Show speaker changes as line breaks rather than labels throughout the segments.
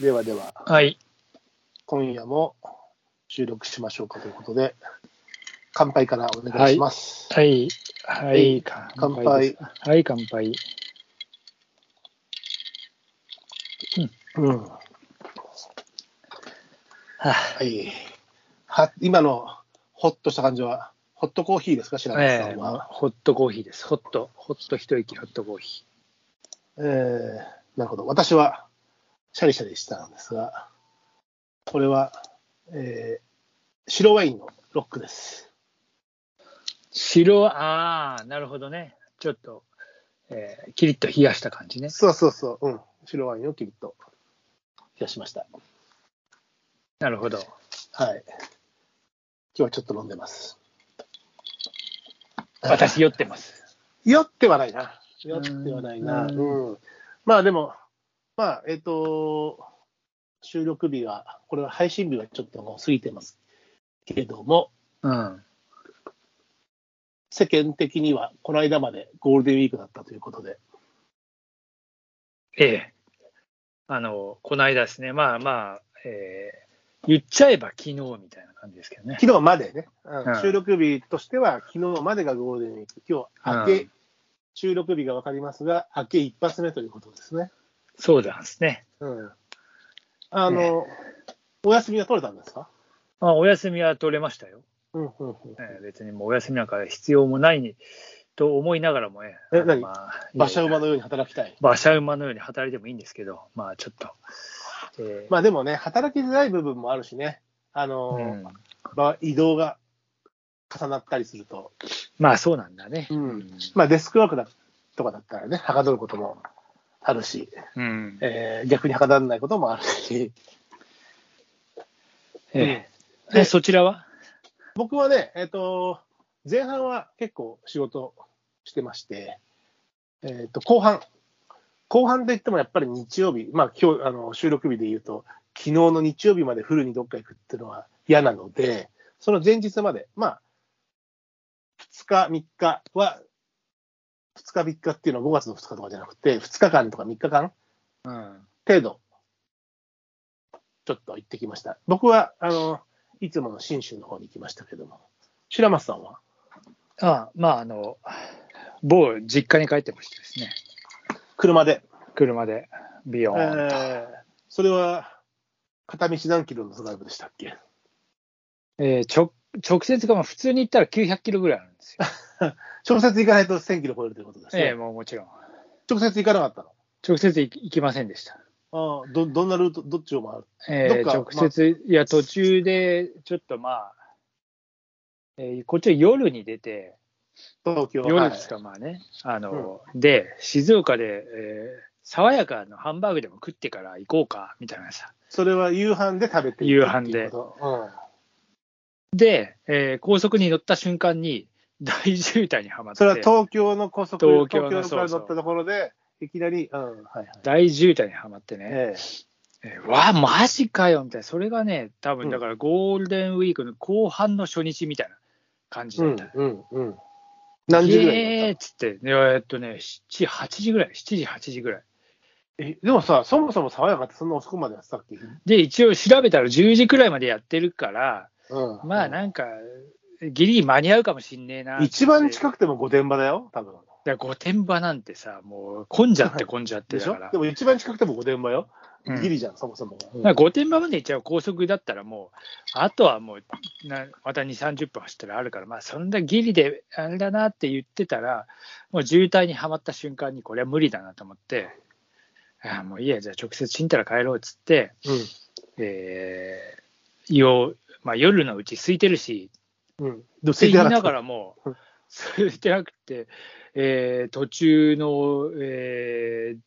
ではでは、
はい。
今夜も収録しましょうかということで、乾杯からお願いします。
はい。は
えい
い。乾杯です。はい、乾杯。
うん。は。
はい
は、今のホッとした感じは、ホットコーヒーですか、白
あ
松さん
ええ
は。
ホットコーヒーです。ホット。ホット一息、ホットコーヒ
ええなるほど。私は、シャリシャリしたんですが、これは、えー白ワインのロックです。
ー。白、ああ、なるほどね。ちょっと、えー、キリッと冷やした感じね。
そうそうそう、うん。白ワインをきりっと冷やしました。
なるほど。
はい。今日はちょっと飲んでます。
私酔ってます。
酔ってはないな。酔ってはないな。
う
うん。まあでも、まあ、えっ、と、収録日は、これは配信日はちょっともう過ぎてますけれども、
うん。
世間的にはこの間までゴールデンウィークだったということで、
ええあの、この間ですね。まあまあ、えー、言っちゃえば昨日みたいな感じですけどね。
昨日までね、
う
うん
ん
収録日としては昨日までがゴールデンウィーク、今日明け、
うん
収録日がわかりますが、明け一発目ということですね。
そうなんですね。
うんあの、お休みは取れたんですか
まあ、お休みは取れましたよ。
うんうんうん。
えー別にもうお休みなんか必要もないにと思いながらもね、
え何
まあ、
馬車馬
いやいや
のように働きたい。
馬車馬のように働いてもいいんですけど、まあちょっと、えー
まあでもね、働きづらい部分もあるしね、あの、
うん
まあ移動が重なったりすると、
まあそうなんだね。
うんまあデスクワークだとかだったらね、はかどることもあるし、
うん
えー逆にはかどらないこともあるし、
えー
で
えそちらは
僕はね、えっ、と、前半は結構仕事してまして、えっ、と、後半、後半といってもやっぱり日曜日、まあ今日、あの、収録日で言うと、昨日の日曜日までフルにどっか行くっていうのは嫌なので、その前日まで、まあ、2日、3日は、2日、3日っていうのは5月の2日とかじゃなくて、2日間とか3日間
うん。
程度、ちょっと行ってきました。僕は、あの、いつもの信州の方に行きましたけども、白松さんは
ああまああの、某実家に帰ってましたですね。
車で、
車で、ビヨ
え
ーンと。
ーそれは片道何キロのドライブでしたっけ
えーちょ直接がまあ普通に行ったら900キロぐらいあるんですよ。
直接行かないと1000キロ超えるということですね。
ええもうもちろん。
直接行かなかったの
直接行き行きませんでした。
ああどどんなルート、どっちを回る
えー
どっ
直
か
接、いや、途中で、ちょっとまあ、えーこっちは夜に出て、
東京
夜ですか、まあね、あの、で、静岡で、えー爽やかのハンバーグでも食ってから行こうか、みたいなさ。
それは夕飯で食べていくっていうこと
で、えー高速に乗った瞬間に、大渋滞には
うん、
まっ
そ
て
れは、東京の高速、東
東
京
京の
から乗
そう
っ
そ
た
う
ところで、いきなり、うん、はいはい。
大渋滞にはまってね、
ええ
えーわあ、マジかよ、みたいな。それがね、多分だからゴールデンウィークの後半の初日みたいな感じ
う
だった。
んうんうん。何時ぐらいに乗ったの
えーっつって、いやえっとね、7、8時ぐらい、7時、8時ぐらい。
え、でもさ、そもそも爽やかってそんな遅くまでやってたっけ
で、一応調べたら10時くらいまでやってるから、
うん
まあなんか、ギリギリ間に合うかもしんねえな。
一番
い。
近くても御殿場だよ、多分。
だから御殿場なんてさ、もう混んじゃって混んじゃっ
で
てだ
し
か
ょ
ら。
でも一番近くても御殿場よ。
うん
ギリじゃん、そもそも。うん
まあ、御殿場まで行っちゃう高速だったらもう、あとはもうな、また2、30分走ったらあるから、まあ、そんなギリであれだなって言ってたら、もう渋滞にはまった瞬間に、これは無理だなと思って、ああ、もういいや、じゃあ直接ちんたら帰ろうっつって、えーよまあ、夜のうち空いてるし、
うん。でも
って言いなが
ら。
らも
うん、
空いてなくて、えー途中の、えー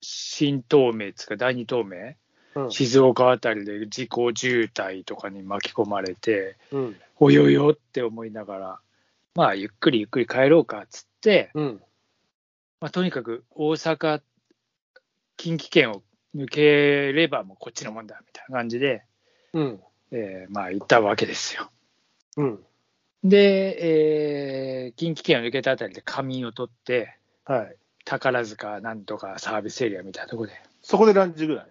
新東名つうか、第二東名、
うん
静岡あたりで自己渋滞とかに巻き込まれて、
うん。
およよって思いながら、まあ、ゆっくりゆっくり帰ろうかっつって、
うん。
まあ、とにかく大阪、近畿圏を抜ければもうこっちのもんだみたいな感じで、
うん。
えーまあ、行ったわけですよ。
うん。
で、えー近畿圏を抜けたあたりで仮眠を取って、
はい。
宝塚なんとかサービスエリアみたいなとこで、
そこでランチぐらい。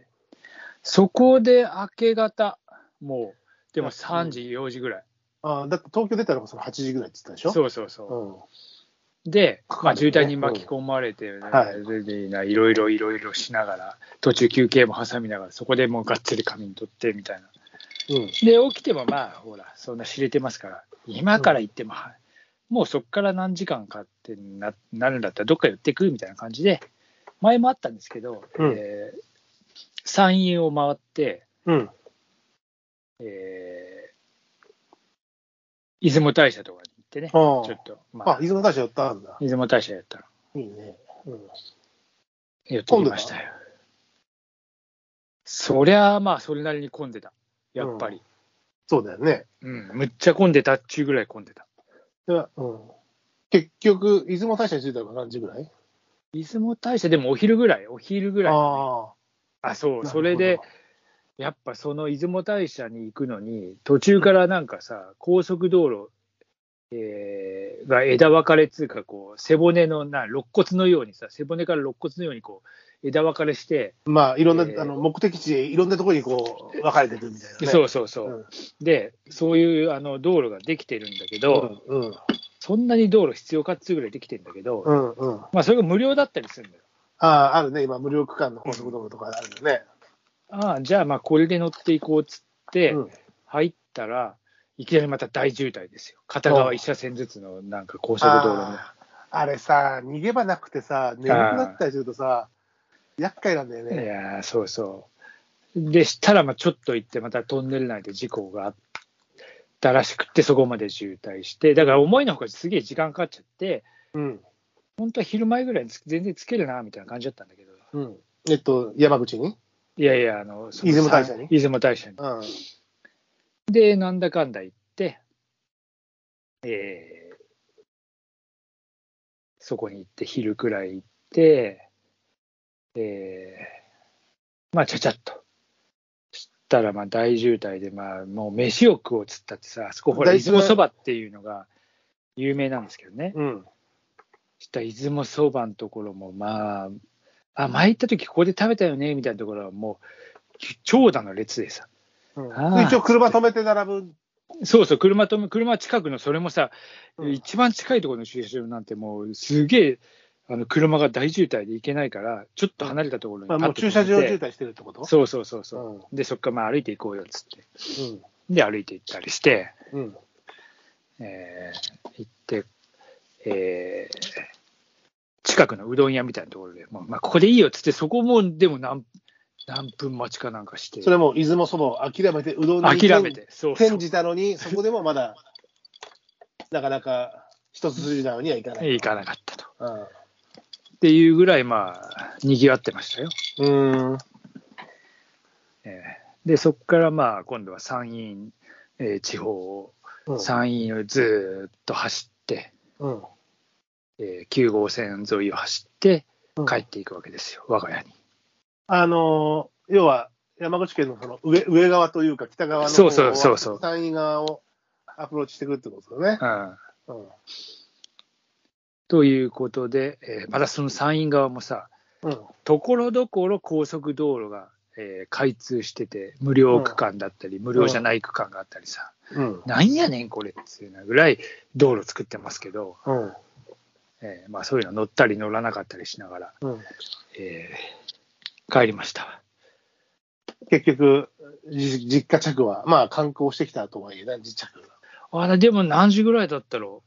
そこで明け方、もう、で
う
も
ん
3時、4時ぐらい。
ああ、だって東京出たのがその8時ぐらいって言ったでしょ
そうそうそう。
うん。
で、
か
ま
か
あ、
るよね
渋滞に巻き込まれて、ね
はい
い、ろいろいろいろしながら、途中休憩も挟みながら、そこでもうがっつり仮眠取ってみたいな。
うん。
で、起きてもまあ、ほら、そんな知れてますから、今から行っても、はいもうそこから何時間かってななるんだったら、どっか寄ってくみたいな感じで、前もあったんですけど、
うん
えー山陰を回って、
うん。
えー出雲大社とかに行ってね、ち
あ
ょ
ー
っと、ま
あ
あ、、
出雲大社寄ったんだ。
出雲大社やったら、
いいね。うん。
寄ってきましたよ。そりゃあまあ、それなりに混んでた、やっぱり。
そうだよね。
うん、むっちゃ混んでたっちゅうぐらい混んでた。
ではうん。結局、出雲大社に着いたのが何時ぐらい
出雲大社でもお昼ぐらい、お昼ぐらい。
あ
あ、そ
あ。
う、それで、やっぱその出雲大社に行くのに、途中からなんかさ、高速道路、えーが枝分かれつうか、こう、背骨のな、肋骨のようにさ、背骨から肋骨のようにこう、枝分かれして、
まあ、いろんな、
えー
あの目的地でいろんなところにこう分かれてるみたいな、ね。
そううそうそう。
ん
で、そういうあの道路ができてるんだけど、
うんうん
そんなに道路必要かっつうぐらいできてるんだけど、
うんうん。あ
まあそれが無料だったりするんだよ。
あ、あるね、今、無料区間の高速道路とかあるよね。
ああ、じゃあまあこれで乗っていこうっつって、
うん
入ったら、いきなりまた大渋滞ですよ。片側一車線ずつのなんか高速道路の。
あーあれさ、逃げ場なくてさ、眠くなったりするとさ、厄介なんだよ
い
ね。
やー、そうそう。でしたら、まあちょっと行って、またトンネル内で事故があったらしくって、そこまで渋滞して、だから思いのほかすげえ時間かかっちゃって、
うん。
本当は昼前ぐらいにつ全然つけるなみたいな感じだったんだけど、
うん。えっと、山口に
いやいや、あの、その
出雲大社に
出雲大社に。
うん。
で、なんだかんだ言って、えーそこに行って、昼くらい行って、えーまあ、ちゃちゃっと。したら、まあ、大渋滞で、まあ、もう飯を食おうっつったってさ、あそこほら、
大
出
渋滞
雲そばっていうのが有名なんですけどね。
うん。
した出雲そばのところも、まあ、あ、前行った時ここで食べたよね、みたいなところはもう、長蛇の列でさ、
うん
あー
一応、車止めて並ぶ。
そうそう、車止め、車近くの、それもさ、
うん
一番近いところの駐車場なんて、もうすげえ、あの車が大渋滞で行けないから、ちょっと離れたところに
ま
パ
あ、
ッ
もう
と停
駐
めて
車場渋滞してるってこと
そうそうそう
う
そう、で、そっからまあ歩いて行こうよっつって、
ん。
で、歩いて行ったりして、
うん。うん。
えー行って、えー近くのうどん屋みたいなところで、もうまあ、ここでいいよっつって、そこもでも何何分待ちかなんかして、
それも、出雲そばを諦めて、うどんに
諦めて、そうそう
転じたのに、そこでもまだ、なかなか一筋縄にはいかない。
行かなかったと。
うん
っていうぐらい、まあ、にぎわってましたよ。
うーん。
えーで、そこからまあ、今度は山陰、えー地方を、
うん
山陰をずーっと走って、
うん。
えー9号線沿いを走って、
うん
帰っていくわけですよ、我が家に。
あのー要は、山口県のその上上側というか、北側の
そうそうそうそう
山陰側をアプローチしてくるってことだね。
うん、
うん。
ということで、えーまたその山陰側もさ、
うん。
ところどころ高速道路が、えー開通してて、無料区間だったり、無料じゃない区間があったりさ、
うん。
なんやねん、これっていうようなぐらい道路作ってますけど、
うん。
えーまあ、そういうの乗ったり乗らなかったりしながら、
うん、
えー帰りました。
結局、じ実家着は、まあ観光してきたとはいえね、実着。
あれ、でも何時ぐらいだったろ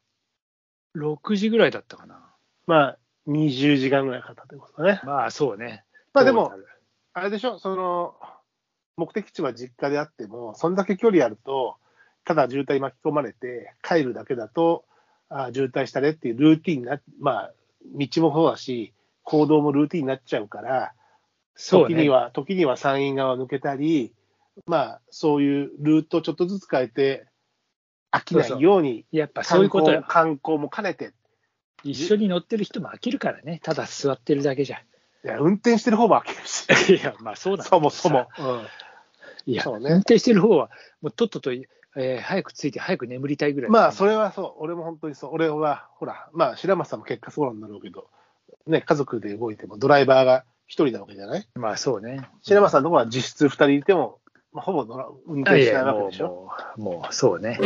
う ?6 時ぐらいだったかな。
まあ、20時間ぐらいかかったってことだね。
まあ、そうね。
まあでも
トー、タル、
あれでしょ、その、目的地は実家であっても、そんだけ距離あると、ただ渋滞に巻き込まれて、帰るだけだと、あー渋滞したねっていうルーティンにな、まあ、道もそうだし、行動もルーティンになっちゃうから、
そう
時に
ね。
は、時には山陰側抜けたり、まあ、そういうルートをちょっとずつ変えて、飽きないように、
やっぱそういうことよ。
観光も観光も兼ねて、
一緒に乗ってる人も飽きるからね。ただ座ってるだけじゃ。
いや運転してる方も飽きるし、
いや、まあそうなんだけどさ
そもそも。。うん
いや、
そうね
運転してる方は、もうとっとと、えー早く着いて早く眠りたいぐらい。
まあ、それはそう、俺も本当にそう、俺はほら、まあ、白松さんも結果そうなんだろうけど、ね、家族で動いても、ドライバーが一人なわけじゃない
まあそうね。
白間さんの方は実質二人いても、まあ、ほぼ乗ら運
いや
転
い
しないわ
や
け
も
で
う
しょ。
もうもうそうね。